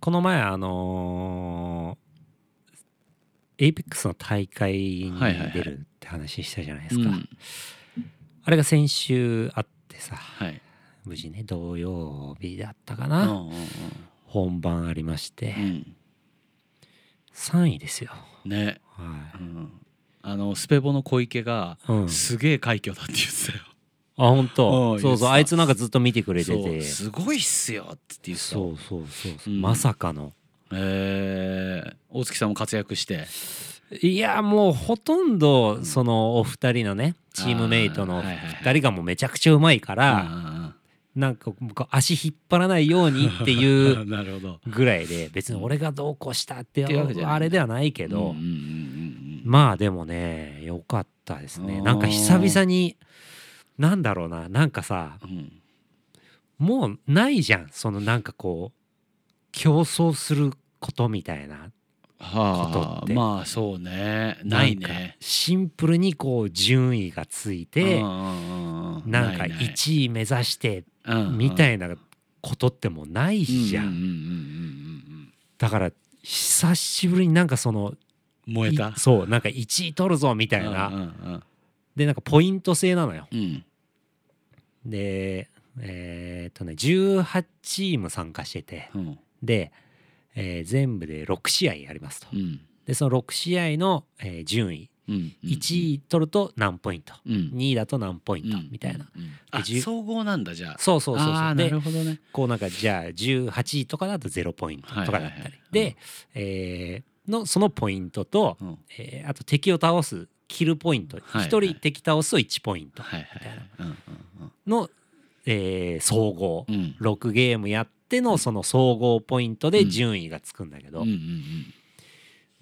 この前あのー、エイペックスの大会にはいはいはい出るって話したじゃないでうすか、んあれが先週あってさはい無事ね土曜日だったかうな、んうん本番ありまして、うん3位ですようんねはうんあのスペボの小池がい、うん、あすげえ快挙だって言ってたよ本う当んそう言ってそうたあいつなんかずっと見てくれてそうてすごいっすよって言ってたそうそうそうそううんまさかのえー大月さんも活躍していやもうほとんどんそのお二人のねチームメイトのあーはいはいはい二人がもうめちゃくちゃうまいからあなんか僕足引っ張らないようにってあいう なるほどぐらいで別に俺がどうこうしたってっていうわけじゃないあれではないけけど、うんうんうんうんまあでもね良かったですあねーなんか久々になんだろうななんかさうんもうないじゃんそのなんかこう競争することみたいなはことあってまあそうねないなんかねシンプルにこう順位がついてうんうんうんなんかいい1位目指してうんうんみたいなことってもうないじゃうんうんんうんうんだから久しぶりになんかそのうん燃えたいそうなんか1位取るぞみたいうんなうんでなんかポイント制なのようんうんでえーっとね18チーム参加しててうんで、えー全部で6試合やりますとうんでその6試合の、えー順位うん1位取ると何ポイントうん2位だと何ポイントうんみたいなうんうんあでじゅ総合なんだじゃあそうそうそうあそあうなでるほどねこうなんかじゃあ18位とかだと0ポイントとかだったり、はいはいはいうんで、えーのそのポイントと、うんえーあと敵を倒すキルポイント、はいはい1人敵倒すと1ポイントはいはいはいうんの、えー総合うんうん6ゲームやってのその総合ポイントで順位がつくんだけど、うんうん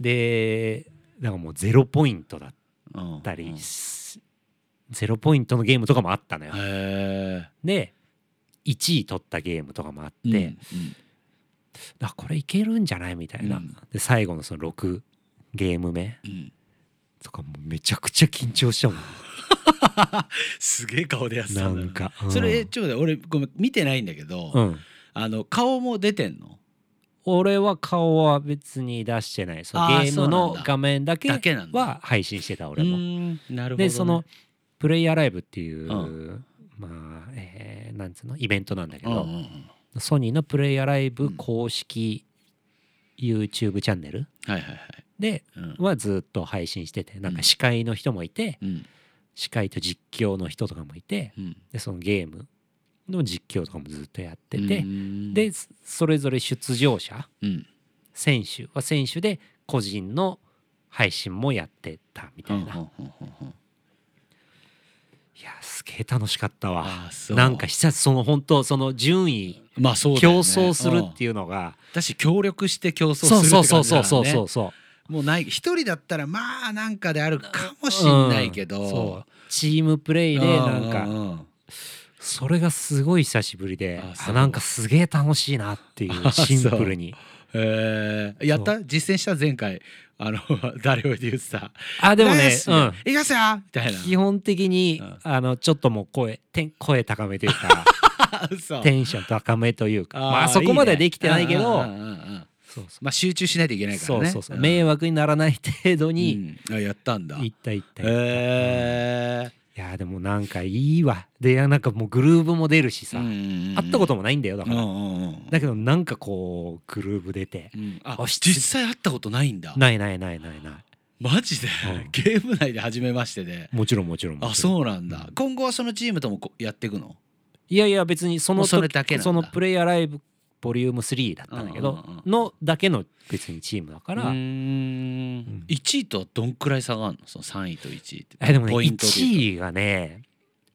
でだからもう0ポイントだっうんうんたり、0ポイントのゲームとかもあったのよ。へで1位取ったゲームとかもあって、えうんうんあこれいけるんじゃないみたいな、うんで最後のその6ゲーム目うんとかもうめちゃくちゃ緊張したもんすげえ顔でやってたなんだんか、うんそれえちょっと待って俺ごめん見てないんだけど、うんあの顔も出てんの俺は顔は別に出してないそのあーゲームそうのなんだ画面だけだけなんだは配信してた俺うもーんなるほど、ね、でそのプレイヤーライブっていう、うまあえーなんつうのイベントなんだけうんうんうど、んソニーのプレイヤーライうブん公式 YouTube チャンネルはいはいはいでうんはずっと配信しててなんか司会の人もいて、うん司会と実況の人とかもいてうんでそのゲームの実況とかもずっとやってうて、んでそそれぞれ出場者うん選手は選手で個人の配信もやってたみたいな、いうんうんうんうんうんやすげえ楽しかったわあーそうなんか久々その本当その順位まあそうだよね競争するってうんいうのがだし協力して競争するそっうてそ感うじそうだそようねそうそうそうもうない一人だったらまあなんかであるかもしうんんないけど、そうチームプレイでなんうかううんそれがすごい久しぶりでああそうなんかすげえ楽しいなって いあうシンプルにえー、やった実践した前回あの 誰を言ってたあでもナイねスうんいきますよみたいな基本的に、うんあのちょっともう声てん声高めという か嘘テンション高めというかまあーそこまではいいねできてないけどうんうんうんうんそうそまあ集中しないといけうないかそらうねそうそう、ん迷惑にならない程度にうんあやったんだ行った行った行った、えいやでもなんかいいわでいやなんかもうグルーヴも出るしさ、会ったことともないんだよだから、だけどなんかこうグルーヴ出て、ああし実際会ったことないんだないないないないなマジで、うんゲーム内で初めましてでいもちろんもちろんもあちろんそうなんだ、今後はそのチームともこやっていくのいやいや別にそのもうそれ時だけなんだそのプレイヤーライブボリューム3だったんだけど、うんうんうんのだけの別にチームだか、からん1位とはどんくらい差があるのその3位と1位ってえでもねポイントで言うと1位がね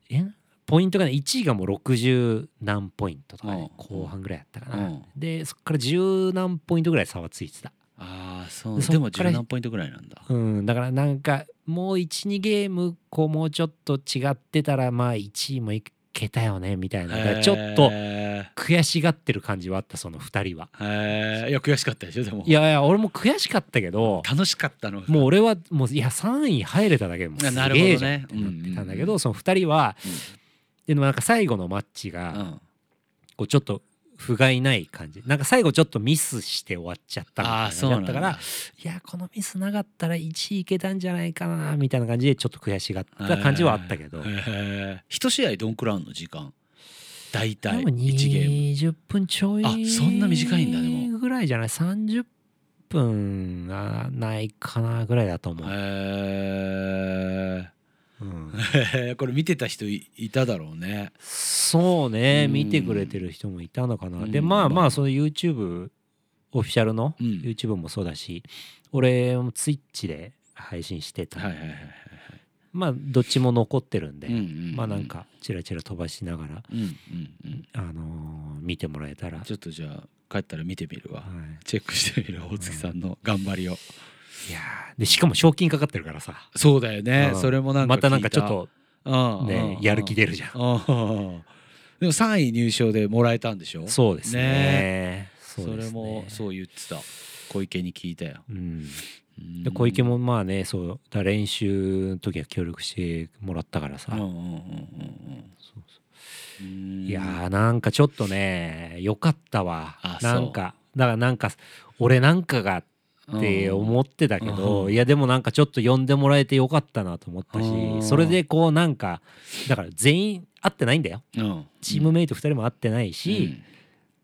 えポイントがね1位がもう60何ポイントとかね、うん後半ぐらいやったかな、うんでそっから10何ポイントぐらい差はついてたああそうでそっでもから十何ポイントぐらいなんだうんだからなんかもう12ゲームこうもうちょっと違ってたらまあ1位もいけたよねみたいなだからちょっとへ悔しがってる感じはあったその2人はえいや悔しかったでしょでもいやいや俺も悔しかったけ ど楽しかったのもう俺はもういや3位入れただけでもうすあなるほどげねえじゃんってなってたんだけうんうんうどんその2人はうんでもなんか最後のマッチがうんこうちょっと2不甲斐ない感じなんか最後ちょっとミスして終わっちゃったみたいあなあそうなんだったからいやこのミスなかったら1位いけたんじゃないかなみたいな感じでちょっと悔しがった感じはあったけどへえ一試合どんくらいあんの時間大で体も1ゲーム20分ちょいあそんな短いんだでもぐらいじゃない30分がないかなぐらいだと思う、へ うんえこれ見てた人いいただろうねそうねうん見てくれてる人もいたのかな、うんでまあまあその YouTube オフィシャルのうん YouTube もそうだし、俺も Twitch で配信してた、はいはいはいはいまあどっちも残ってるんで、うんうんうんまあなんかチラチラ飛ばしながら、うんうんうんあのー見てもらえたら、ちょっとじゃあ帰ったら見てみ るわはチェックしてみる大月さんの頑張りをい、いやーでしかも賞金かかってるからさ、そうだよねうんそれもなんかまたなんかちょっととねやる気出るじゃんでも3位入賞でもらえたんでしょそうですねそうですねれもそう言ってた小池に聞いたようん、うんで小池もまあねそうだ練習の時は協力してもらったからさ、うんうんうんそうそうんうんういやーなんかちょっとねよかったわあそうなんかだからなんか俺なんかがうんって思ってたけど、うんいやでもなんかちょっと呼んでもらえてよかったなと思ったし、うんそれでこうなんかだから全員会ってないんだようんチームメイト2人も会ってないし、うん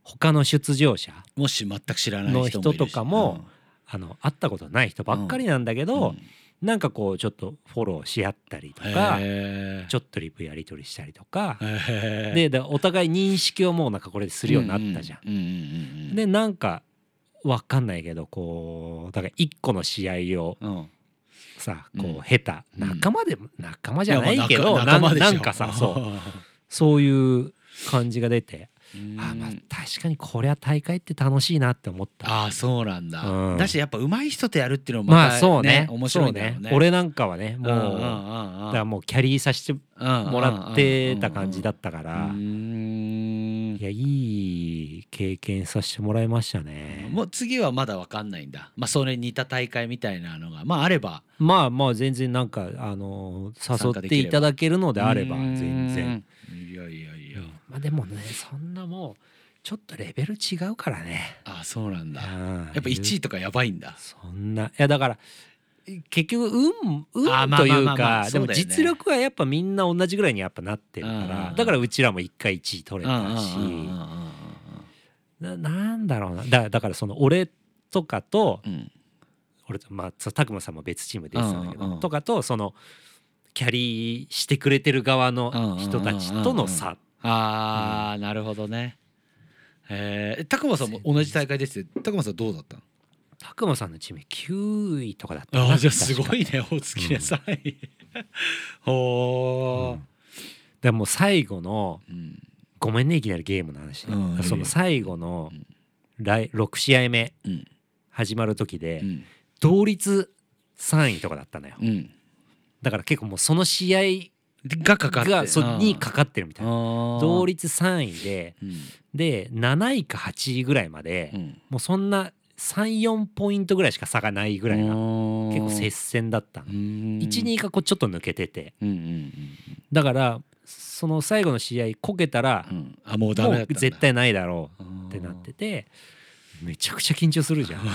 他の出場者もし全く知らない人もいるしの人とかもあの会ったことない人ばっかりなんだけうんど、うんなんかこうちょっとフォローし合ったりとかへーちょっとリプやり取りしたりとかへーでだからお互い認識をもうなんかこれでするようになったじゃん。うんうんうんうんでなんかわかんないけどこうだから一個の試合をうんさうこんう下手うん仲間でも仲間じゃないけいやまどあな仲間んでしょなんかさそうそういう感じが出てうんあまあ確かにこりゃ大会って楽しいなって思った。あーそうなんだ、うんだしやっぱ上手い人とやるっていうのもままた、あねそうね面白いんだろうそうねね俺なんかはねもううんうんうだんうんからもうキャリーさせてもらってた感じだったかたらいやいい経験させてもらいましたねもう次はまだわかんないんだまあそれに似た大会みたいなのがまああればまあまあ全然なんかあの参誘加でっきてればいただけるのであれば全然うんいやいやいやまあでもねそんなもうちょっとレベル違うからねあそうなんだややっぱ1位とかやばいんだそんないやだから結局運あ運まあとまあいうまあまあかでそうもだよね実力はやっぱみんな同じぐらいにやっぱなってるかうらんだからうちらも一回1位取れたしうんうんうんうんななんだろうなだだからその俺とかとうんうん俺とまあそう拓磨さんも別チームで出てたんだけど、うんうんうんとかとそのキャリーしてくれてる側の人たちとの差あーなるほどねえ拓磨さんも同じ大会ですって拓磨さんどうだったの拓磨さんのチーム9位とかだったかなあーじゃあすご確いか ね大月で3位ほうんでもう最後のーうんごめんねいきなりゲームの話ね、うんその最後のうん来6試合目うん始まる時で、うん同率3位とかだったのよ、うんだから結構もうその試合がかかってがそにかかってるみたいな同通り率3位でで7位か8位ぐらいまで、もうそんな34ポイントぐらいしか差がないぐぐらいな結結構接戦だったの12 12がこうちょっと抜けててうんうんだからその最後の試合こけたらうんうんあもうダもメだっうたんだ絶対ないだろっうってなっててめちゃくちゃ緊張するじゃん。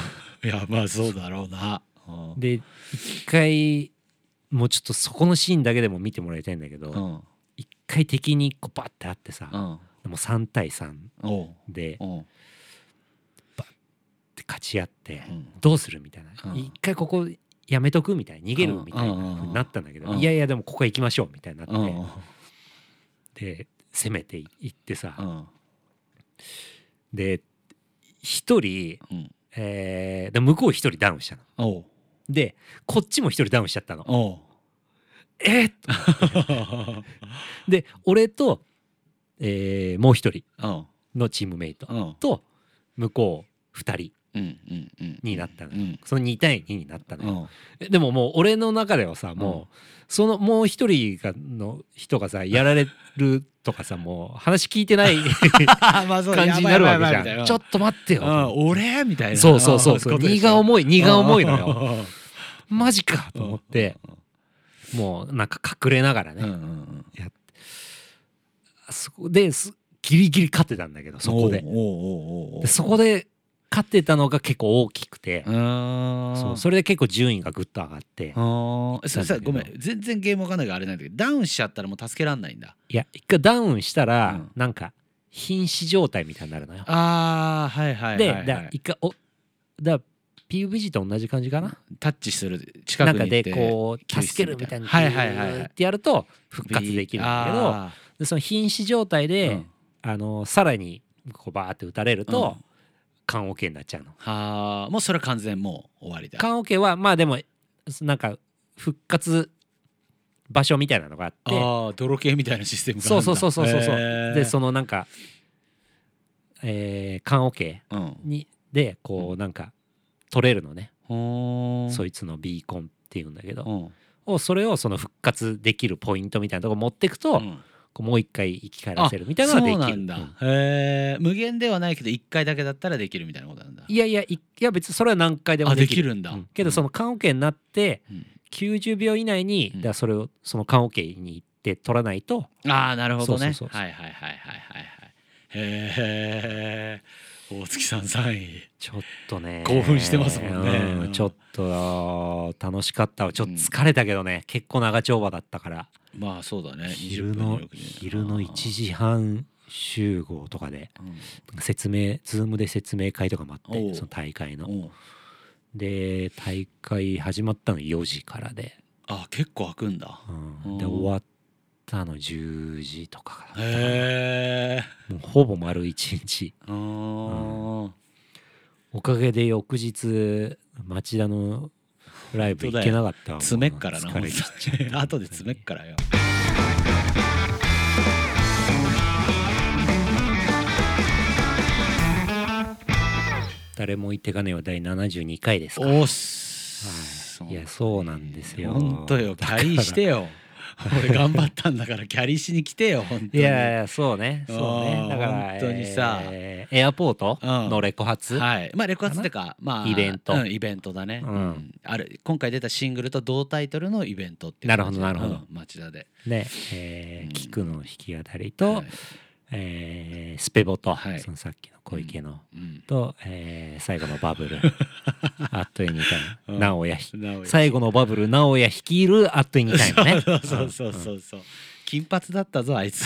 いやまあそうだろうな うんで一回もうちょっとそこのシーンだけでも見てもらいたいんだけうどん一回敵にこうバッてあってさうもんう3対3おうでおう勝ち合ってうんどうするみたいなうん一回ここやめとくみたいな逃げるみたいな風になったんだけうどんいやいやでもここは行きましょうみたいになうんってで攻めていってさうんで一人、うんえーで向こう一人ダウンしたのおうでこっちも一人ダウンしちゃったのおうえーで俺と、えーもう一人おうのチームメイトおうと向こう二人うんうんうんになったのうんその2対2になったのよおうえでももう俺の中ではさもうそのもう一人がの人がさやられるとかさもう話聞いてない まあそ う感じになるわけじやばいやばいやばいみたいゃなんちょっと待ってようん俺みたいなそうそうそうそうことで荷しょが重い荷が重いのよよマジかと思ってもうなんか隠れながらうんうねんやってあそこですギリギリ勝ってたんだけどそこでおうおうおうおうでそこで勝ってたのが結構大きくてあーそうそれで結構順位がぐっと上がってあーそれさなんだけごどめん全然ゲームわかんないからあれなんだけどダウンしちゃったらもう助けらんないんだいや一回ダウンしたうらんなんか瀕死状態みたいになるのよ。ああはいはいはい、ではい、だから一回おだ PUBG と同じ感じかなタッチする近なくんにか行ってでこう救出助けるみたいなはいはいはいはいってやると復活できるんだけどあでその瀕死状態ーで、うんあのさらにこうバーって打たれると棺桶になっちゃうの。はあもうそれは完全もう終わりだ棺桶はまあでもなんか復活場所みたいなのがあっあてー泥系みたいなシステムがあるんそだうそうそうそうそうそうへーでそのなんかえー棺桶うんにでこうなんか取れるのねほーんそいつのビーコンっていうんだけうどんをそれをその復活できるポイントみたいなとこ持ってくとうんこうもう一回生き返らせるみたいなそのがでうきるなんだうんへえ無限ではないけど一回だけだったらできるみたいなことなんだいやいやいいや別にそれは何回でもあででききるるんだうんけどその棺桶になってうん90秒以内にうんだからそれをその棺桶に行って取らないとああなるほどねそうそうそうそうはいはいはいはいはいはいへえ大月さん3位ちょっとね興奮してますもんねうちょっと楽しかったわちょっと疲れたけどね、結構長丁場だったからまあそうだね昼20分のよくね昼の1時半集合とかでうん説明ズームで説明会とかもあっおてうその大会のおうで大会始まったの4時からで、あ結構開くんだうんでおう終わったの10時とかだったかなへえもうほぼ丸1日あーおかげで翌日町田のライブ行けなかったわ詰めっからな疲れ切っちゃっ本当たに後で詰めっからよ誰も言ってかねえは第72回ですからおっすはいいやそうなんですよ本当よキだかャらリーして よ俺頑張ったんだからキャリーしに来てよ本当にいやいやそうねそうあーねだから本当にさえーエアポートうんのレコ発、はい、まあレコ発ってかまあイベントうんイベントだね、うんある今回出たシングルと同タイトルのイベントっていうなるほど感じなるほどうん町田でねえうんー、キクの弾き語りと、はいえースペボと、はいそのさっきの小池の、うんと、えー最後のバ ブルあっという間にう んなおやなお最後のバブルなおや率いるあっという間にタイムね そうそうそうそう金髪だったぞあ いつ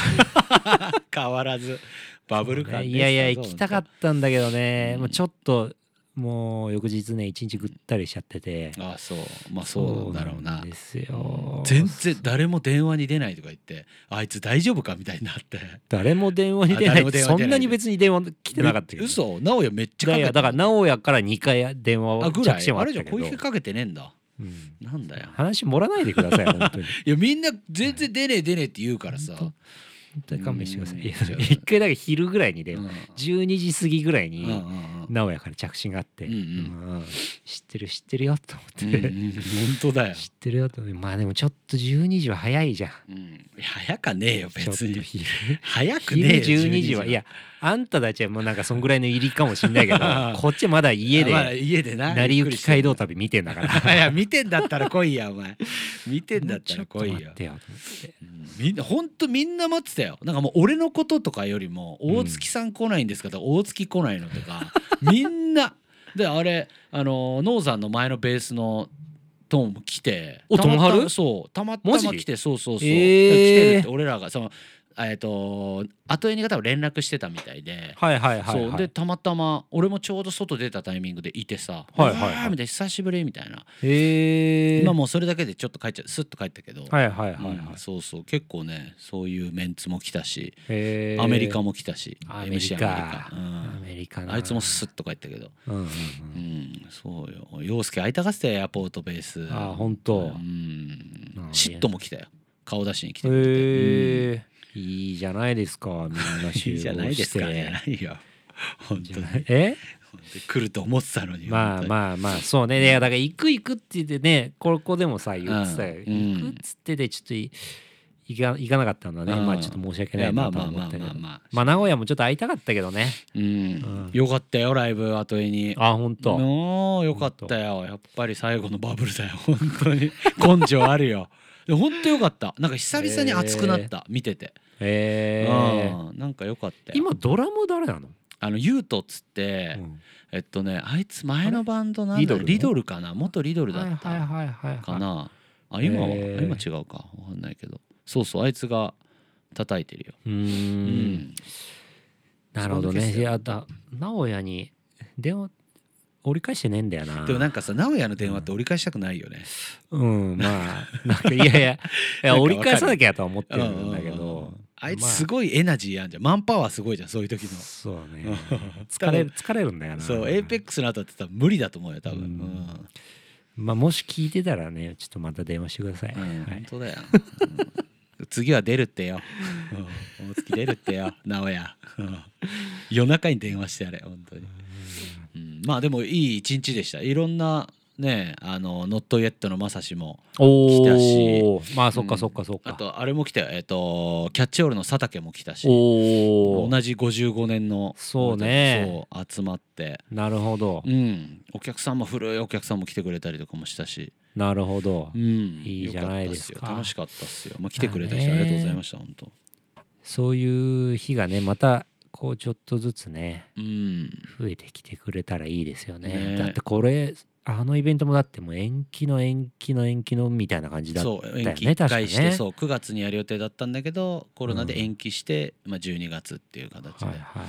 変わらずバブル感いやいや行きたかっったんだけどね、うんもうちょっともう翌日ね一日ぐったりしちゃっててたああそうまあそうだろうなんですよ全然誰も電話に出ないとか言ってあいつ大丈夫かみたいになって誰も電話に出なあ誰いも電話に出なそいんなに別に電話来てなかったけど嘘直哉めっちいゃかやけいてやだからな直哉から2回電話あをぐ着ら信いはああっれじたゃけど小池かけてねえんだうんなんだよ話盛らないでください本当にいやみんな全然出ねえ出ねえって言うからさ、本当に勘弁してください うんいや一回だけ昼ぐらいにう電ん話12時過ぎぐらいうんうんうにん直哉から着信があってうんうん知ってる知ってるよとうん思っうんて本当だよ、 知ってるよと思ってまあでもちょっと12時は早いじゃんうん、早かねえよちょっと別に昼早 くね昼えよ12時はいやあんたたちはもうなんかそんぐらいの入りかもしんないけ どこっちまだ家まあで家でな成り行き街道と旅見てんだからいや見てんだったら来いやお前見てんだった ちょらっと来い待よってよと思ってうんみんなほんとみんな待ってたよなんかもう俺のこととかよりもうん大月さん来ないんですかとか大月来ないのとかみ んなであれあのノーザンの前のベースのトーンも来ておたまたトムハルそうたまたマまジ来てそうそうそう、えー来てるって俺らがそのえっ、と後絵に多分連絡してたみたいではいはいはい、はい、そうでたまたま俺もちょうど外出たタイミングでいてさ「はいはいはいうわーみたいな久しぶり」みたいな、へえ今もうそれだけでちょっと帰っちゃうスッと帰ったけど、はいはいはいはい、うんそうそう結構ねそういうメンツも来たし、へーアメリカも来たしアメリカ MC アメリカアメリカうんなあいつもスッと帰ったけどうんうんうんうんそうよ陽介会いたがってたよエアポートベースあーほんとうんあー嫉妬も来たよ顔出しに来てくれてへえいいじゃないですかみんなうんい集 合いしじてゃないですかじゃないよ本当にえ本当に来ると思ってたのにまああまあまあそうねいやだから行く行くって言ってねここでもさ言ってたよ、うん行くっつってでちょっとい行か行かなかったのはね、うんまあちょっと申し訳いなやいまなあとまあは思まっあたけまどあまあまあ名古屋もちょっと会いたかったけどねうんうんよかったよライブ後にあ本当、 もうよかったよやっぱり最後のバブルだよ本当に根性あるよで本当よかったなんか久々に熱くなった、見てて、えー、うんなんかよかったよ今ドラム誰なの、あのユートっつって、うんえっとねあいつ前のバンドなんだリドルリドルかな元リドルだはいったはいはいはいかはなあ今は、へー今違うかわかんないけどそうそうあいつが叩いてるよい。うー。うんなるほどそんなね。ケースだいよやだ直哉に電話折り返してねえんだよな。でもなんかさ直哉の電話って折り返したくないよね、うんまあなんかいや いやいや折り返さなきゃとは思ってうんるうんうんんだけど。あいつまあすごいエナジーあんじゃんマンパワーすごいじゃんそういう時のそうだうんね。疲れる疲れるんだよな。そうエイペックスの後だって多分無理だと思うよ多分、ううんんまあもし聞いてたらねちょっとまた電話してください。うはん本い。当だよ、うん次は出るってよ、うん、大月出るってよ直哉、うん夜中に電話してやれ本当に、うん、まあでもいい一日でしたいろんなねあのノットイエットのまさしもお来たしお。まあそっかそっかそっあか。とあれも来たよえっ、とキャッチオールの佐竹も来たしおお。同じ55年のそうねそう集まってなるほどう。んお客さんも古いお客さんも来てくれたりとかもしたしなるほどうん。いいじゃないですかよったっすよ楽しかったっすよ、まあ、来てくれた人ありがとうございました本当そういう日がねまたこうちょっとずつねうん増えてきてくれたらいいですよねねだってこれあのイベントもだってもう延期の延期の延期のみたいな感じだったそう延期ね確1か回にして、ねそう9月にやる予定だったんだけどコロナうでん延期して、まあ、12月っていう形で、はいは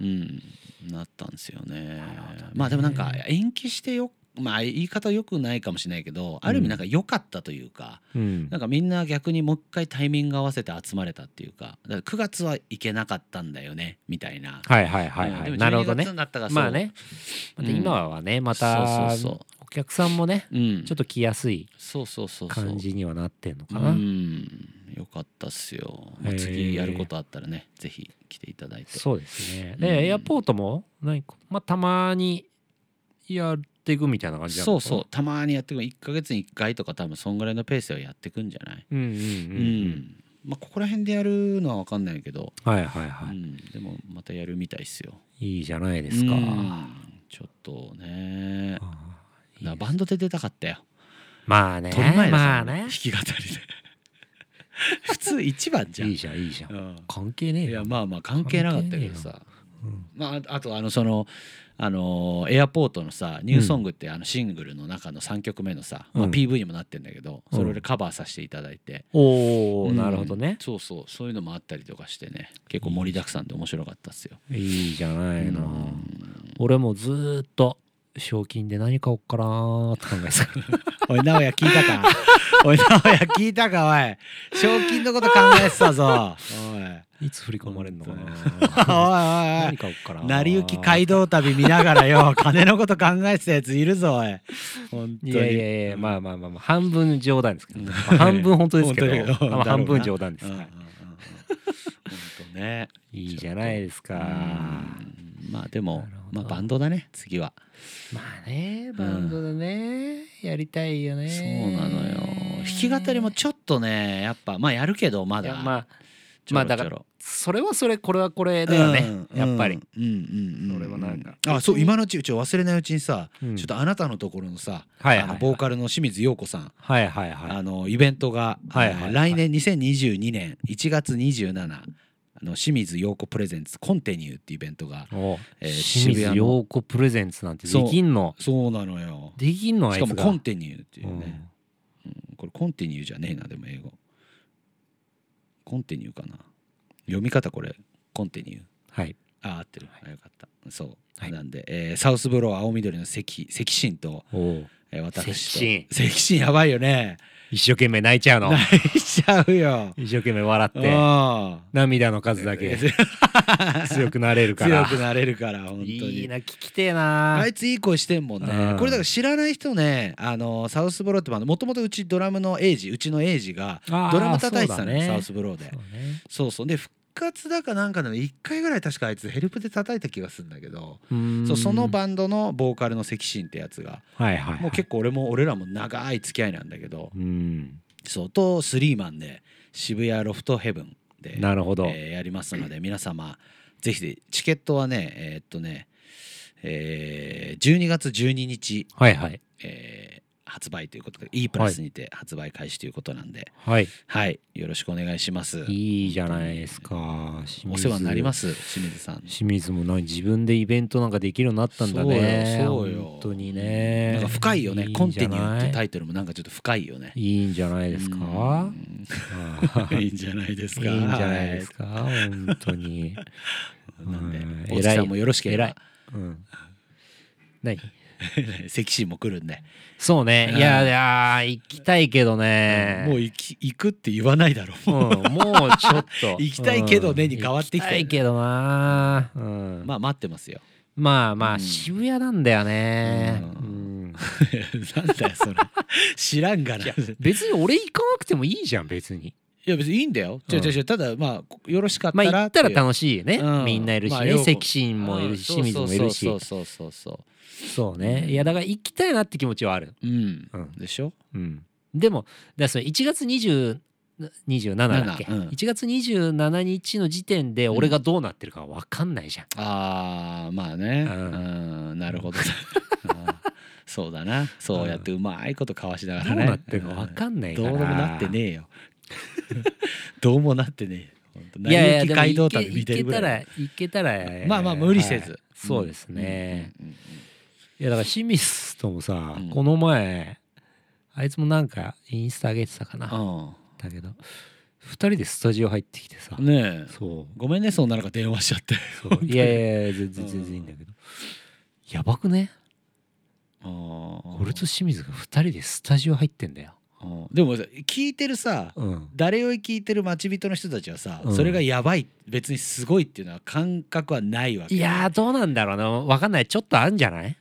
いうん、なったんですよねるほどねまあでもなんか延期してよまあ言い方よくないかもしれないけどある意味なんか良かったというか、うんなんかみんな逆にもう一回タイミング合わせて集まれたっていうかだから9月は行けなかったんだよねみたいな、はいはいはいはうんいでもなる12ほど月ねになったからそうまあねうんまた今はねまたそうそうそお客さんもねう、うん、ちょっと来やすいそうそうそうそう感じにはなってんのかうなんよかったっすよ、まあへー次やることあったらねぜひ来ていただいてそうですねうんでエアポートも何かまあたまにやっていくみたいな感じなのかそなうそうたまにやってくる1ヶ月に1回とか多分そんぐらいのペースでやってくんじゃないうんうんう、うんんうんまあここら辺でやるのは分かんないけど、はいはいはうん、でもまたやるみたいっすよい。いいじゃないですか。うんちょっとあねーいいだからバンドで出たかったよまあね。取り前だまさあね弾。き語りで 普通一番じゃんいいじゃんいいじゃん。うん関係ねえいやよ。まあまあ関係なかったけどさまあ、ああとあのその、あのーエアポートのさ「ニューソング」ってあのシングルの中の3曲目のさ、まあ、うん PV にもなってんだけど、うんそれ俺カバーさせていただいて、おうおんなるほどね。そうそうそういうのもあったりとかしてね結構盛りだくさんで面白かったっすよ。いいじゃないのうん俺もずーっと賞金で何買おっかなーって考えてた。おい直哉聞いた かおい直哉聞いたかおい賞金のこと考えてたぞ おいいつ振り込まれるのかおいな。おいおい何買おっかなー。成り行き街道旅見ながら よ金のこと考えてたやついるぞおい本当にいやいやいやまあまあまあまあ半分冗談ですけうんど。半分 本当ですけ本当だけど。どまあ半分冗談でうすんうんうんはうん い。本当ねいいじゃないですか。うんまあでもなるほまどあバンドだね次はまあねバンドでね、やりたいよねそうなのよ弾き語りもちょっとねやっぱまあやるけどまいやだまあちょろまあだちからょろそれはそれこれはこれだよね、うんやっぱり、うんうんうんそれはなんかあそう今のうちうち忘れないうちにさうんちょっとあなたのところのさはいはいあはのいボーカルの清水陽子さんはいはいはいあのイベントが、はいはいはいあの来年2022年1月27あの清水陽子プレゼンツコンティニューっていうイベントがおえー清渋水谷の陽子プレゼンツなんてできんのそうなのよできんのあしいかつもがコンティニューっていううんね、うんこれコンティニューじゃねえなでも英語コンティニューかな読み方これコンティニューはいあ合ってる、あよかったそう、はいなんで、えーサウスブロー青緑の関関心と、おうえー私と関心関心やばいよね一生懸命泣いちゃうの泣いちゃうよ一生懸命笑っうてん涙の数だけ強くなれるから 強くなれるから本当にいいな聞きてえなあいついい声してんもんねうんこれだから知らない人ねあのサウスブローってもともとうちドラムのエイジうちのエイジがあードラム叩いてそたのうだよねサウスブローでそうねそうそうで復活だかなんかの1回ぐらい確かあいつヘルプで叩いた気がするんだけどうーんそうそのバンドのボーカルの関心ってやつがはいはい、はい、もう結構俺も俺らも長い付き合いなんだけどうんそうとスリーマンで渋谷ロフトヘブンでなるほど、えーやりますので皆様ぜひチケットはねえーっとね、えー12月12日、はいはいえー発売ということで E プラスにて発売開始ということなんで、はいはい、よろしくお願いします。いいじゃないですか清お水世話になります清水さん。清水もな自分でイベントなんかできるようになったんだねそうよそうよ本当にねなんか深いよねコンティニューっていうタイイトルもなんかちょっと深いよね。いいんじゃないですかうんああ いいんじゃないですいか。いんじゃないです か本当にはい。なんうんで、大月さんもよろしければ。うん何 関心も来るんで、そうねいやいや行きたいけどねもう行き行くって言わないだろう。うん、もうちょっと 行きたいけどねに変わってきたよね行きたいけどな、うんまあ待ってますよ。 まあまうあん渋谷なんだよね、ううんなんだよそ れ。知らんがな。いやい別に俺行かなくてもいいじゃん別にや別にいいんだよ。う違うん違う違う。ただまあよろしかったまあら。行ったらし楽しいよね、うんみんないるしまあね、よく関心もいるし清水もいるしそうそうそうそうそそうねいやだから行きたいなって気持ちはある、う。うんう。んでしょ。うん、でもだからそれ1月20 27だっけ、 7うん1月27日の時点で俺がどうなってるか分かんないじゃん、ああまあね。ううんんなるほど。あーそうだな。そうやってうまいことかわしながどらうね。なってるか分かんないかどらうもなってねえよ。 どうもなってねえよほんと。いやいやで成り行きも街道行け旅見てる行けぐたららい。行けたらまあまあ無理せずはいそうですね、うん。うんうんいやだから清水ともさ、うんこの前あいつもなんかインスタ上げてたかな、うんだけど2人でスタジオ入ってきてさ、うんねえ。そうごめんねそんな中電話しちゃって。そういやいやいや全然全然いいんだけど、やばくね俺俺と清水が2人でスタジオ入ってんだよ、でもさ聞いてるさうん、誰より聞いてる町人の人たちはさ、うんそれがやばい別にすごいっていうのは感覚はないわけいやーどうなんだろうなわかんないちょっとあんじゃない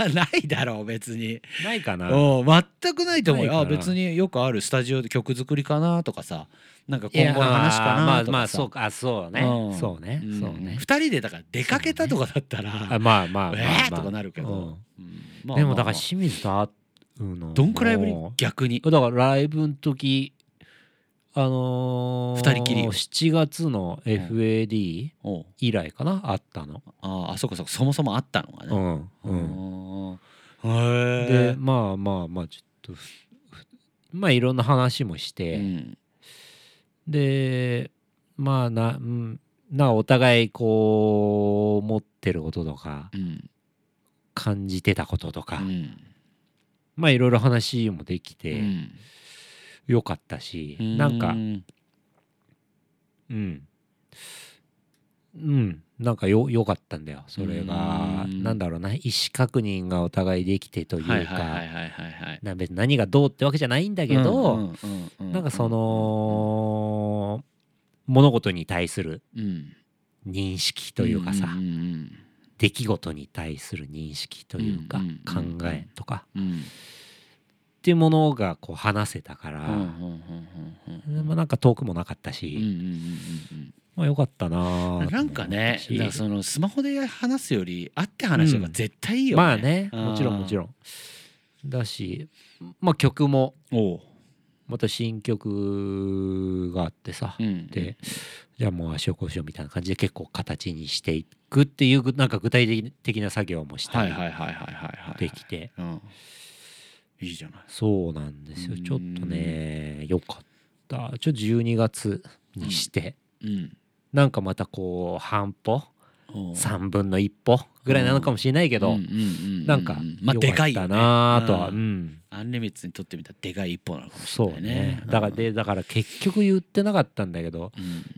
ないだろう別に、ないかなうん、全くないと思うよないあかな別によくあるスタジオで曲作りかなとかさなんか今後の話かいやーまなあとかさまあそうかあそうね、うんそうね、んそうね二人でだから出かけたとかだったら、あまあまあまあ、まあえーとかなるけど、うんうんまあでもだまかあら清水と会うのどんくらいぶりも逆にうだからライブの時あのー、二人きりよ7月の FAD おう以来かな、あったのあーあそこそこそもそもあったのがね、うんうん、ん。でへまあまあまあちょっとふふまあいろんな話もしえ。て、うんでまあな,、うん、なお互いこう思ってることとかうん感じてたこととか、うんまあいろいろ話もできうてんよかったし、うなんかうん、うん、なんかよ良かったんだよそれがうんなんだろうな意思確認がお互いできてというか、はいはいはいはいはいはい。な別に何がどうってわけじゃないんだけど、うんうんううなんかそ、の、物事に対するうん認識というかさ、うんうん出来事に対する認識というか、うんうん考えとかうんうんっていうものがこう話せたから、うんうんうんうんまあ、なんか遠くもなかったし、うんうんうんまあよかったうなんあなんかね、とだ思っかたらしそのスマホで話すより会って話した方が絶対いいよね。まあねもちろんもちん。ろんだしまあ曲もおう。また新曲があってさ、うんでじゃあもう足をこうしようみたいな感じで結構形にしていくっていうぐなんか具体的的な作業もしたはいりはいはいはいはいはい。できて、うん。いいじゃない。そうなんですようんちょっとねよかったちょっと12月にして、うんなんかまたこう半歩おう。 3分の1歩ぐらいなのかもしれないけど、うんうんうんうんなんかまあ良でかかっいよたねなとは、ううんんアンリミッツにとってみたらでかい一歩なのかもしそれうないねね。だからでだから結局言ってなかったんだけど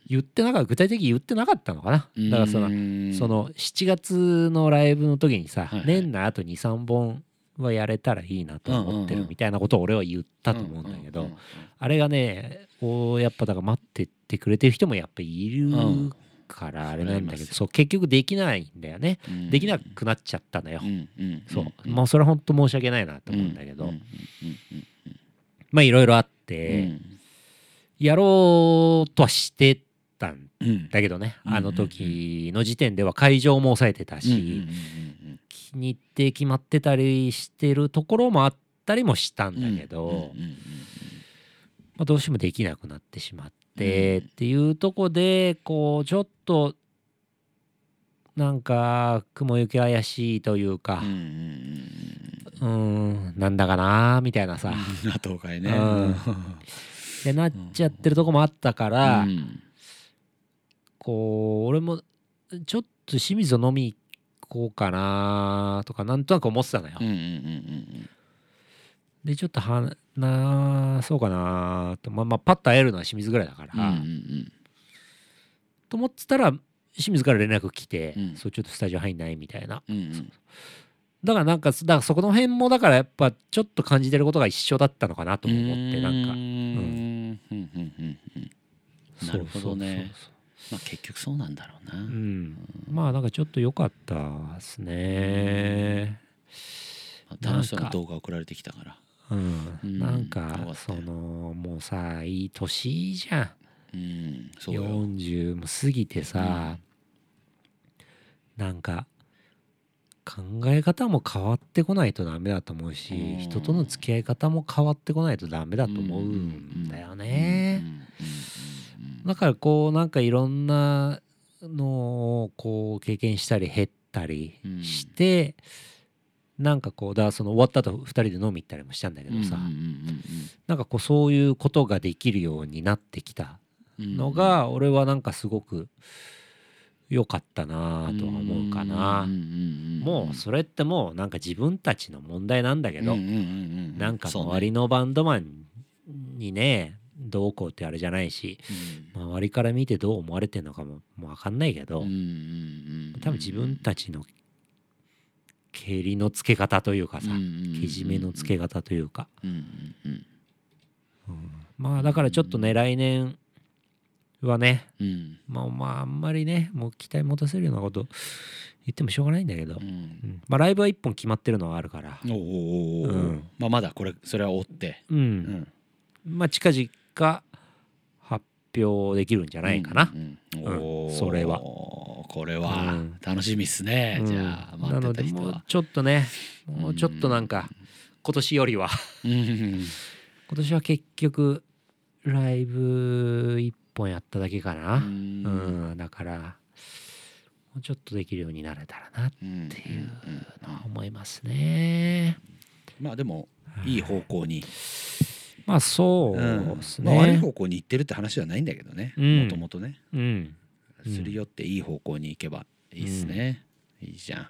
言ってなかった具体的に言ってなかったのかな、うん、だからそののその7月のライブの時にさ、はいはい年内あと23本はやれたらいいなと思ってうんうんうるんみたいなことを俺は言ったと思うんだけど、あれがねこうやっぱだから待ってってくれてる人もやっぱいるうんからあれなんだけそれはありますど、よそう結局できないんだよね、できなくなっちゃったのよ、そう、もうそれは本当申し訳ないなと思うんだけど、まあいろいろあって、やろうとはしてたんだけどね、あの時の時点では会場も抑えてたし、日程決まってたりしてるところもあったりもしたんだけど、まあ、どうしてもできなくなってしまって、うんっていうとこでこうちょっとなんか雲行き怪しいというか、うーんなんだかなーみたいなさ、うん後悔ね。うんでなっちゃってるとこもあったから、うんこう俺もちょっと清水飲み行こうかなーとかなんとなく思ってたのよ、うんうんうんでちょっと話そうかなーとまあまあパッと会えるのは清水ぐらいだから、うんうんうんと思ってたら清水から連絡来て、うんそうちょっとスタジオ入んないみたいなうんうんだからなんかだからそこの辺もだからやっぱちょっと感じてることが一緒だったのかなとも思ってなんかうーんうんうんうんうんなるほどねそうそうまあ結局そうなんだろうそううな。んまあなんかちょっと良かったですね楽しそうななんか動画送られてきたから。うん、うんなんよかったかよそのもうさいい年じゃんうん、そうよ。 40も過ぎてさ、なんか考え方も変わってこないとダメだと思うし、うん人との付き合い方も変わってこないとダメだと思うんだよね、だからこうなんかいろんなのをこう経験したり減ったりして、なんかこうだからその終わった後2人で飲み行ったりもしたんだけどさ、なんかこうそういうことができるようになってきたのが俺はなんかすごく良かったなぁとは思うかなもうそれってもうなんか自分たちの問題なんだけどなんか周りのバンドマンにねどうこうってあれじゃないし周りから見てどう思われてるのかももう分かんないけど多分自分たちの蹴りのつけ方というかさけじめのつけ方というかまあだからちょっとね来年はねまあまああんまりねもう期待持たせるようなこと言ってもしょうがないんだけど、うんまあライブは1本決まってるのはあるからおおまあまだこれそれは追ってうん、まあ近々発表できるんじゃないかな、これは楽しみっすねうんじゃなあ待っのてでた人もうはちょっとねもうちょっとなんか今年よりは今年は結局ライブ1本やっただけかなうん、だからもうちょっとできるようになれたらなっていうのは思いますね、まあでもいい方向にまあそううんですまあ悪いね。方向に行ってるって話ではないんだけどねうんもともとねうん。うんすり寄っていい方向に行けばいいっすねいいじゃん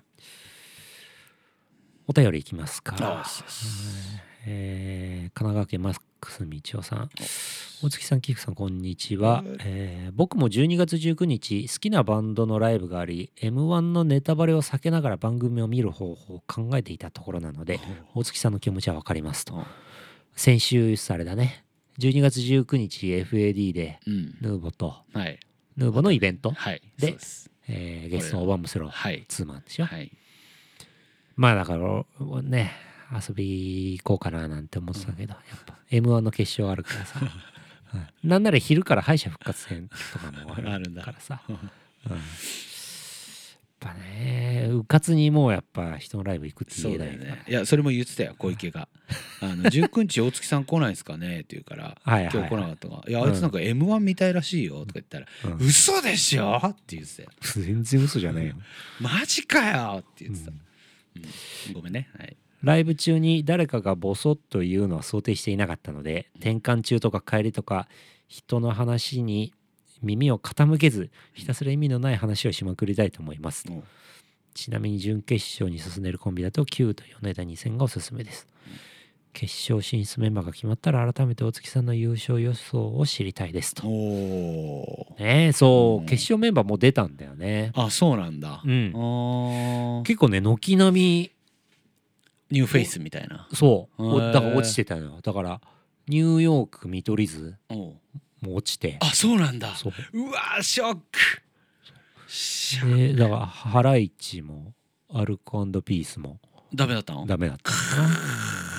お便りいきますかあ。えー神奈川県マックス道夫さん。大月さん、キクさん、こんにちは、えー僕も12月19日、好きなバンドのライブがあり、M1 のネタバレを避けながら番組を見る方法を考えていたところなので、大月さんの気持ちはわかりますと。先週、あれだね。12月19日、FAD で、うんヌーボと、はいヌーボのイベント、はいでそうすえーゲストのオバムスロー、はいツーマンでしょ。はいまあだからね遊び行こうかななんて思ってたけど、やっぱ m 1の決勝あるから さ、うんなんなら昼から敗者復活戦とかもああるるんだからさ、うんやっぱねうかつにもうやっぱ人のライブ行くってそ言うえないだよからねいやそれも言ってたよ小 池が「あの19日大月さん来ないですかね?」って言うから「はいはい今日来なかったからいやうんあいつなんか m 1みたいらしいよ」とか言ったらうん「嘘でしょ?」って言ってたよ全然嘘じゃないよ「マジかよ!」って言ってたうんごめんねはいライブ中に誰かがボソッと言うのは想定していなかったので転換中とか帰りとか人の話に耳を傾けずひたすら意味のない話をしまくりたいと思いますもうちなみに準決勝に進めるコンビだと9と米田2戦がおすすめです。決勝進出メンバーが決まったら改めて大月さんの優勝予想を知りたいですと。おーねえそううん決勝メンバーもう出たんだよね。あそうなんうだあん、ー結構ね軒並ニューフェイスみたいなみそうおへえだから落ちてたのよだからニューヨーク見取り図おうも落ちてあそうなんだそううわーショックシャでだからハライチもアルコピースもダメだったのダメだったのかな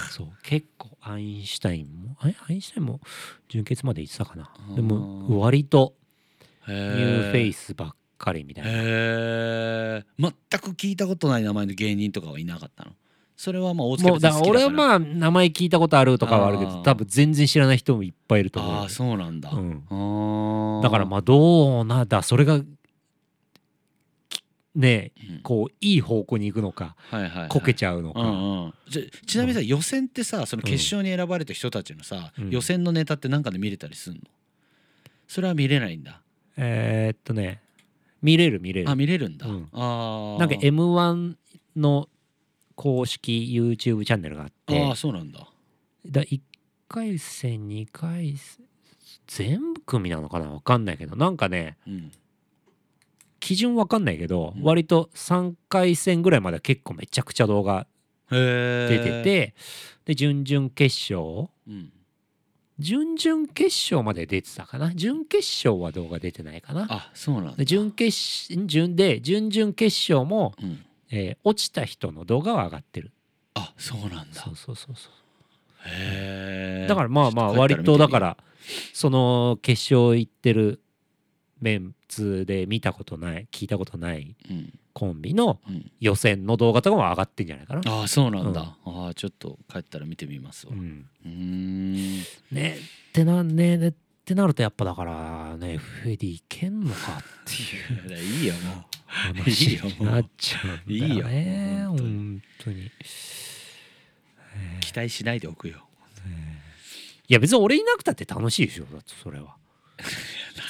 そう結構アインシュタインもあれアインシュタインも準決まで行ってたかなであもー割とニニューフェイスばっかりみたいな、へえ全く聞いたことない名前の芸人とかはいなかったのそれはまあ大塚もうだ別からに好き俺はだからまあ名前聞いたことあるとかはあるけあどー多分全然知らない人もいっぱいいると思うああーそうなんだ、うんあだからまあどうなんだそれがきねうんこういい方向に行くのかはいはいはいこけちゃうのうか、んうん、じゃちなみにさ予選ってさその決勝に選ばれた人たちのさ、うん予選のネタってなんかで見れたりすんのそれは見れないんだえーっとね見れる見れるあ見れるんだ、うんああなんか m 1の公式 YouTube チャンネルがあっあてーそうなんだだ1回戦2回戦全部組なのかなわかんないけどなんかねうん基準わかんないけど、うん割と3回戦ぐらいまでは結構めちゃくちゃ動画へ出えてて、で準々決勝うん、準々決勝まで出てたかな準決勝は動画出てないかなあそうなんだで準決勝準で準々決勝も、うん、えー落ちた人の動画は上がってるあそうなんだそうそうそうそうへえだからまあまあ割とだからその決勝行ってるメンツで見たことない聞いたことないうんコンビのうん、予選の動画とかも上がってんじゃないかな。ああそうなんだ、ああちょっと帰ったら見てみますわう、うんーんねってなねねってなるとやっぱだからね FAD いけんの かっていういやいいよもい話いよになっちゃうんだよねいいよ本本当当ににう期待しないでおくよいや別に俺いなくたって楽しいでしょだってそれは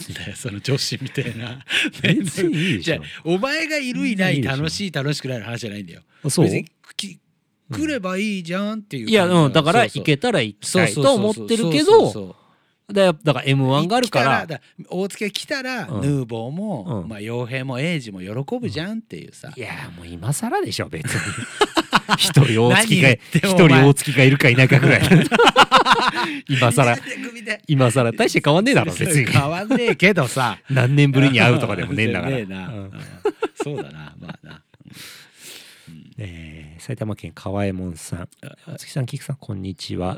なんだよその女子みたいな別にいいでじしゃあお前がいるいない楽しい楽しくないの話じゃないんだよょそう別にき来ればいいじゃんっていういや感じうんだからそうそう行けたら行きたいそうとそうそうそう思ってるけそうそどうそうだやっぱだから m 1があるから来ただ大月が来たら、うんヌーボーも、うんまあ傭兵も英二も喜ぶじゃんっていうさ、いやもう今更でしょ別に 一人大月が何言一ってんの人お前大月がいるかいないかぐ らい今更組で今更大して変わんねえだろ別に変わんねえけ どさ何年ぶりに会うとかでもねえんだから、えなうんそうだなまあなえー埼玉県川右衛門さん大月さん菊さんこんにちあは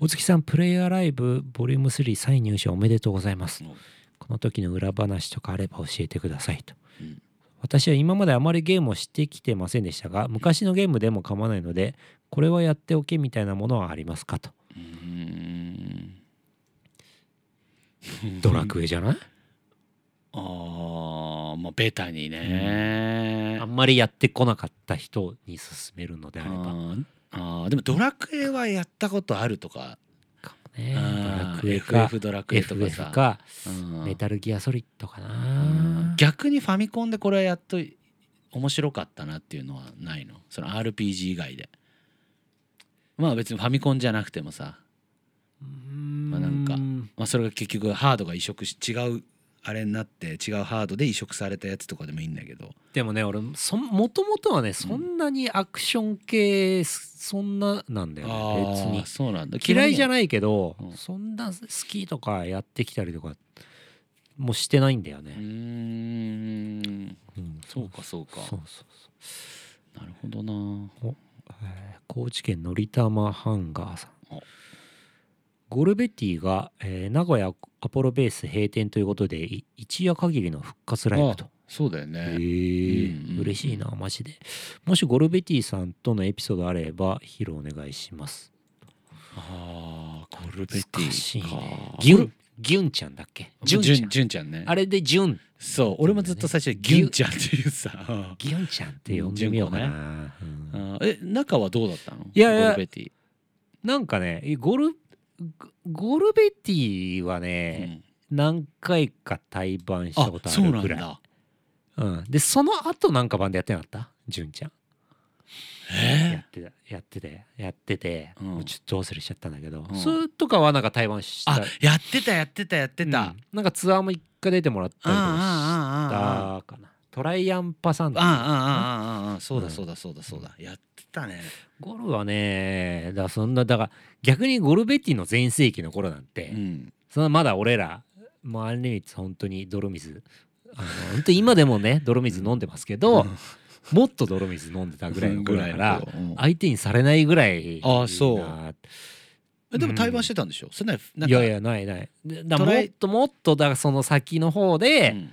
大月さんプレイヤーライブボリューム33位入賞おめでとうございますこの時の裏話とかあれば教えてくださいとうん私は今まであまりゲームをしてきてませんでしたが昔のゲームでも構わないのでこれはやっておけみたいなものはありますかとうーんドラクエじゃないあーまあベタにね、あんまりやってこなかった人に勧めるのであればあーあーでもドラクエはやったことあるとか、かもねドラあークエか FF ドラクエとか FF さかうんメタルギアソリッドかうんな逆にファミコンでこれやっと面白かったなっていうのはないのその RPG 以外でまあ別にファミコンじゃなくてもさ、ままあなんかまあ、それが結局ハードが移植し違うあれになって違うハードで移植されたやつとかでもいいんだけどでもね俺そもともとはねそんなにアクション系、そんななんだよね別あにあそうなんだ嫌いじゃないないけど、うんそんな好きとかやってきたりとかもしてないんだようね、ーんうんそうかそうかそうそうなるほどなそうえー高知県のりたまハンガーさんおゴルベティが、えー名古屋アポロベース閉店ということでい一夜限りの復活ライブとそうだよへえねうんうん嬉しいなマジでもしゴルベティさんとのエピソードあれば披露お願いしますああゴルベテ難しィいかねギュンギュンちゃんだっけジジュンちゃんュンちゃんねあれでジュンそう俺もずっと最初にギュンちゃんっていうさうんギュンちゃんって呼んでみようかな、うんあーえ中はどうだったのいやいやゴルベティ、なんかねえゴルゴゴルベティはうね、ん何回か対バンしたあことあそうるなんぐらいだうん、でその後なんかバンドやってなかった純ちゃんやえってたやっててやってて、うんもうちょっと忘れしちゃったんだけど、うんそれとかはなんか対バンしー、たあやってたやってたやってた、うんなんかツアーも一回出てもらったりとかしたあかなトライアンパさんああああああああああそううだんそうだそうだそうだ、やってたねゴルはねだからそんなだから逆にゴルベティの全盛期の頃なんて、うんそのまだ俺らもうアンリミッツ本当に泥水あの本当今でもね泥水飲んでますけど、もっと泥水飲んでたぐらいの頃だから、うん相手にされないぐらいあそうなえでも対バンしてたんでしょそれななんいかやいやないないでだかトらラもイっともっとだからその先の方で、うん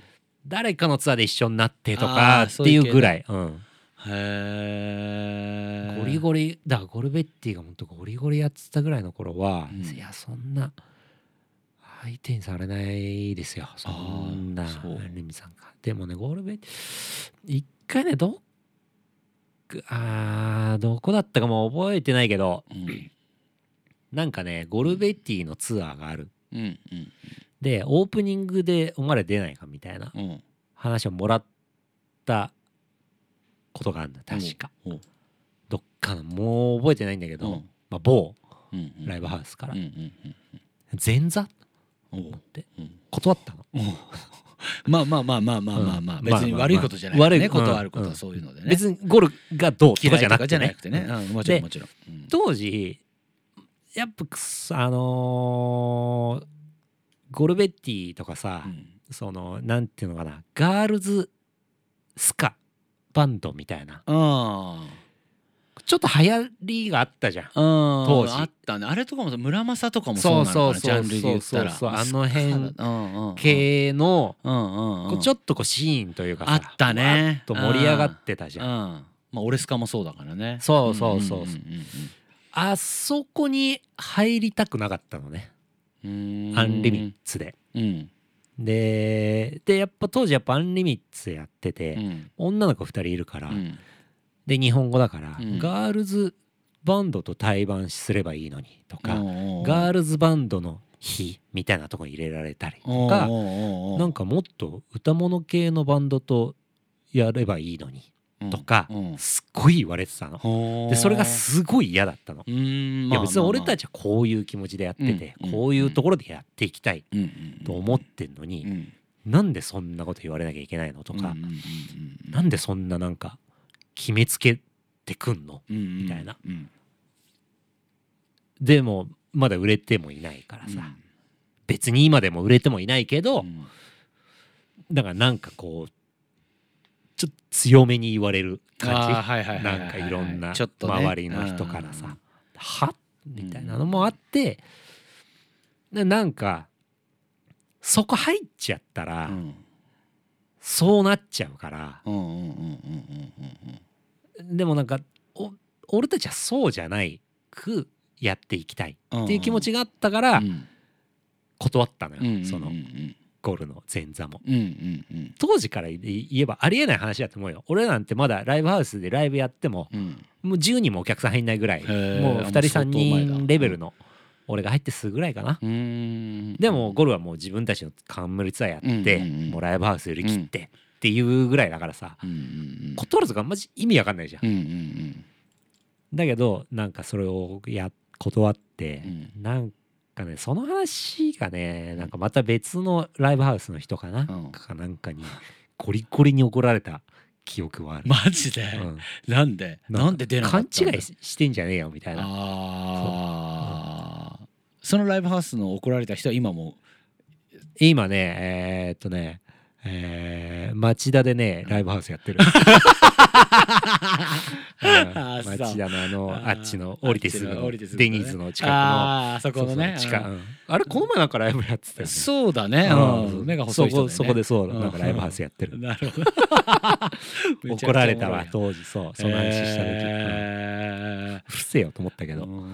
誰かのツアーで一緒になってとあかーってそういいう系うぐらい、うん、へえゴリゴリだからゴルベッティが本当ゴリゴリやってたぐらいの頃は、うんいやそんな相手にされないですよそんなそうレミさんがでもねゴールベン一回ねどっくあーどこだったかもう覚えてないけどうんなんかねゴルベッティのツアーがあるうんうんでオープニングでお前ら出ないかみたいなうん話をもらったことがあるんだ確か、おうどっかのもう覚えてないんだけうど、んまあ、某うんうんライブハウスからうんうんうん前座おうってうん断った の、おうまあまあまあまあまあまあまあうん別に悪いことじゃないからまあまあねまあ断ることうはんそういうのでね別にゴルがどうと嫌かいじゃとなくかじてゃねなくてねうんもちろんもちろんうん当時やっぱくすあのーゴルベッティとかさ、うんそのなんていうのかなガールズスカバンドみたいなああちょっと流行りがあったじゃん当当時あったねあれとかもさ村正とかもそうなのかなジャンルで言ったらそうそうそうそうあの辺辺系のこうちょっとっとこうシーンというかさあったねわっと盛り上がってたじゃんうんまあオレスカもそうだからねそうそうそううんあそこに入りたくなかったのねうんうんうんアンリミッツでうんででやっぱ当時やっぱアンリミッツやってて、うん女の子2人いるから、うんで日本語だから、うんガールズバンドと対バンすればいいのにとか、うんガールズバンドの日みたいなとこに入れられたりとか、おうおうおうおうなんかもっと歌物系のバンドとやればいいのにとか、うんすっごい言われてたの。うんでそれがすごい嫌だったの。うーんいまあや別に俺たちちはこういう気持ちでやってて、うんこういうところでやっていきたいと思ってんのてに、なんでそんなこと言われなきゃいけないのとか、なんでそんななんか決めつけてくんのみたいなうんでもまだ売れてもいないからさ、別に今でも売れてもいないけど、うんだからなんかこうちょっと強めに言われるあー感はいはじいはないんはいはかいいろんなちょっとね周りの人からうんさ「はみたいなのもあって、でなんかそこ入っちゃったら、うんそうなっちゃうからうんうんうんうんうんうんでもなんかお俺たちはそうじゃないくやっていきたいうんっていう気持ちがあったからうん断ったのよ、うんそうんのうんゴルの前座も。うんうんうん当時から言えばありえない話だと思うよ俺なんてまだライブハウスでライブやってもうんもう10人もお客さん入んないぐらいへもうー2人3相当前だ人レベルの俺が入ってすぐらいかなうーんでもゴルはもう自分たちの冠ツアーやってうんうんうんもうライブハウス売り切ってっていうぐらいだからさうんうんうん断るとかマジ意味わかんないじゃんうんうんだけどなんかそれをや断ってうんなんかねその話がねなんかまた別のライブハウスの人かな、うんかなんかにゴリゴリに怒られた記憶はある。マジでうんなんでなんで出なかっ勘たんだ違いししてんじゃねえよみたいなああそのライブハウスの怒られた人は今も今ねえーっとねえー町田でねライブハウスや ってるうんあそう町田のあのあっちのオリティスあっちののオリティスのデニーズの近くのああそこのねそうそう近くうんあれこの前なんかライブやってたよねそうだねうんうん目が細い人だよねそこそこでそううんなんかライブハウスやってるなる ほど怒られたわ当時そうその話した時、うんうえるせえよと思ったけーど、うんう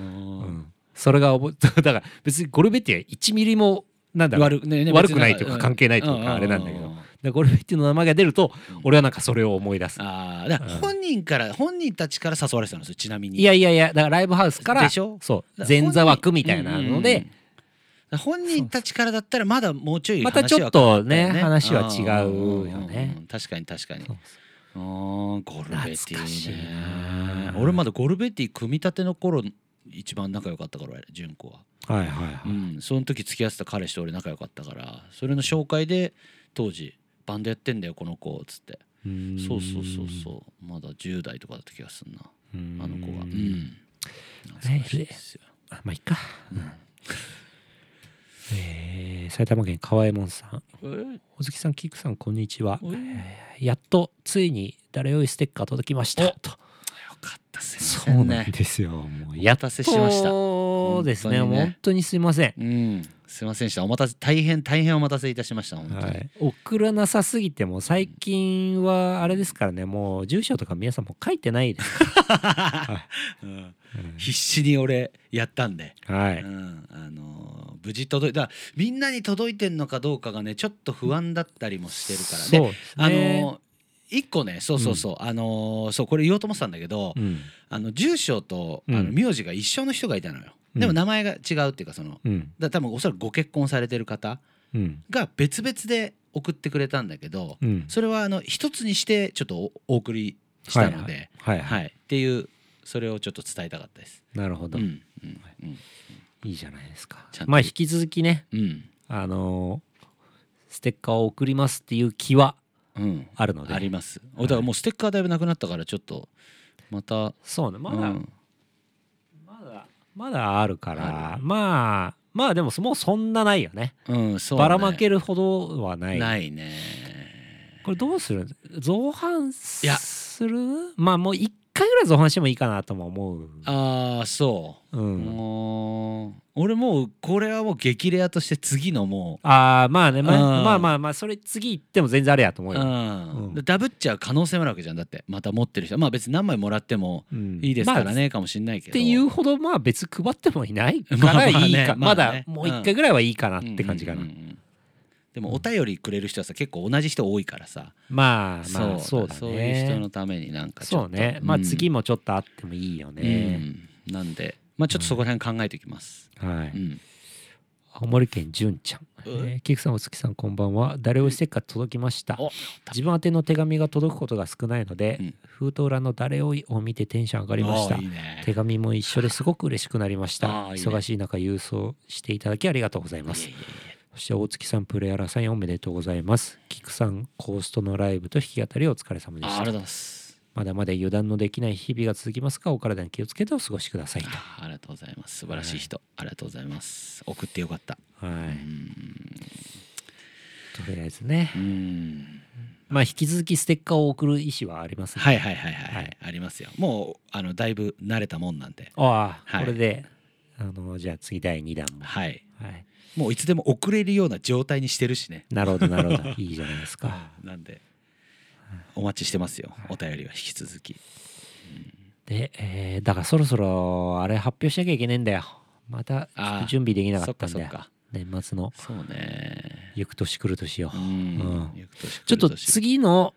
んそれが覚え だから別にゴルベティは1ミリもなんだろう悪くねね悪別くにないというか関係ないというかあれなんだけどううでゴルベティの名前が出るとうん俺はなんかそれを思い出すああだからうん本人から本人たちから誘われてたんですよちなみにいやいやいやだからライブハウスからでしょそう前座枠みたいなのうんうんうでんだから本人たちからだったらまだもうちょいまたちょっとね話は違うよねん確かに確かにそうあーゴルベテ懐かしいィねな俺まだゴルベティ組み立ての頃一番仲良かったから俺純子ははいはいはういんその時付き合ってた彼氏と俺仲良かったからそれの紹介で当時バンドやってんだよこの子っつってうんそうそうそうそうまだ10代とかだった気がするなうんあの子はううんん懐かしいっすよあまあいいか、えー埼玉県川右衛門さん小月さんキクさんこんにちはおいえーやっとついに誰よりステッカー届きましたおとよかったすいまそせうんなんねですよもうおやっ待とたせしましたそうですね本当にね本当にすいませんうんすいませんでしたお待たせ大変大変お待たせいたしました本当に、はい、送らなさすぎても最近はあれですからねもう住所とか皆さんも書いてないです、うん必死に俺やったんで、はい、うんあのー無事届いただからみんなに届いてんのかどうかがねちょっと不安だったりもしてるからね。そうですあねの一個ねそうそうそう、あのそうこれ言おうと思ってたんだけど、うんあの住所とあうのん名字が一緒の人がいたのよ、うんでも名前が違うっていうかそのだかうんら多分おそらくご結婚されてる方うんが別々で送ってくれたんだけど、うんそれはあの一つにしてちょっとおお送りしたので、はいはいはいっていうそれをちょっと伝えたかったです。なるほうどんいうんいじゃないですかちゃんとまあ引き続きねうんあのーステッカーを送りますっていう気はうんあるのであります。おだからもうステッカーだいぶなくなったからちょっとまたそうねまだ、うんまだまだあるからあるまあまあでももうそんなないよねうんそうねばらまけるほどはないないね。これどうする造反すいやるまあもう一回ぐらい造反してもいいかなとも思うああそう。うんもう俺もうこれはもう激レアとして次のもあーまあねまあうんまあまあまあそれ次行っても全然あれやと思う、ううよんうんダブっちゃう可能性もあるわけじゃんだってまた持ってる人まあ別に何枚もらってもうんいいですからまあね、かもしんないけっどていうほどまあ別に配ってもいないかまあまらあいいか、まねまあだねもう一回ぐらいはいいかなっうんて感じかな、うんうんうんでもお便りくれる人はさ結構同じ人多いからさ、まあまあそうだねそういう人のためになんかちょそっうとねまあうん次もちょっとあってもいいよね、うんなんでまあちょっとそこら辺考えておきます、はい、うん青森県じゅんちゃん、えうんー、キクさんお月さんこんばんは誰をステッカー届きましたお自分宛ての手紙が届くことが少ないので、うん封筒裏の誰をを見てテンション上がりましたおーいいね手紙も一緒ですごく嬉しくなりましたあーいいね忙しい中郵送していただきありがとうございますいえいえいそして大月さんプレアラさんおめでとうございます菊さんコーストのライブと弾き語りお疲れ様えであありしがとたうございますまだまだ油断のできない日々が続きますがお体に気をつけてお過ごしくださいとあありがとうございます素晴らしい人、ありがとうございます送ってよかったはういんとりあえずねうんまあ引き続きステッカーを送る意思はありますはいはいはいはい、ははいい、ありますよもうあのだいぶ慣れたもんなんでああ、はいこれであのじゃあ次第2弾も、はいはい、もういつでも送れるような状態にしてるしねなるほどなるほど いいじゃないですかなんでお待ちしてますよお便りは引き続きで、えーだからそろそろあれ発表しなきゃいけねえんだよまたちょっあとあ準備できなかそっったんかそだっよか年末のそうね行く年来る年を、うん、うんよく年ちょ来っると年次の、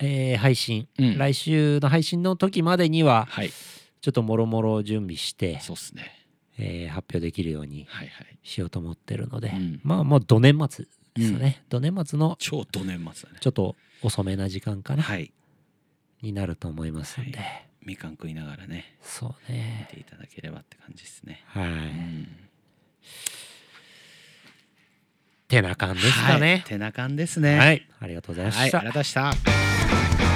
えー配信、うん来週の配信の時までにははいちょっともろもろ準備して、そうっすねえー発表できるようにはいはいしようと思ってるので、うんまあもうど年末ですね、ど年末の超ど年末だねちょっと遅めな時間かな、はいになると思いますんで、はみかん食いながらねそう見ねていただければって感じですねはい、うんてな感じですかはい、ねてな感ですはねい、ありがとうございまはい、あしりた、がとうございました。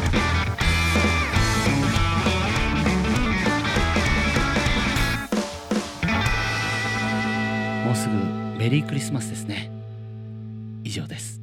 もうすぐメリークリスマスですね。以上です。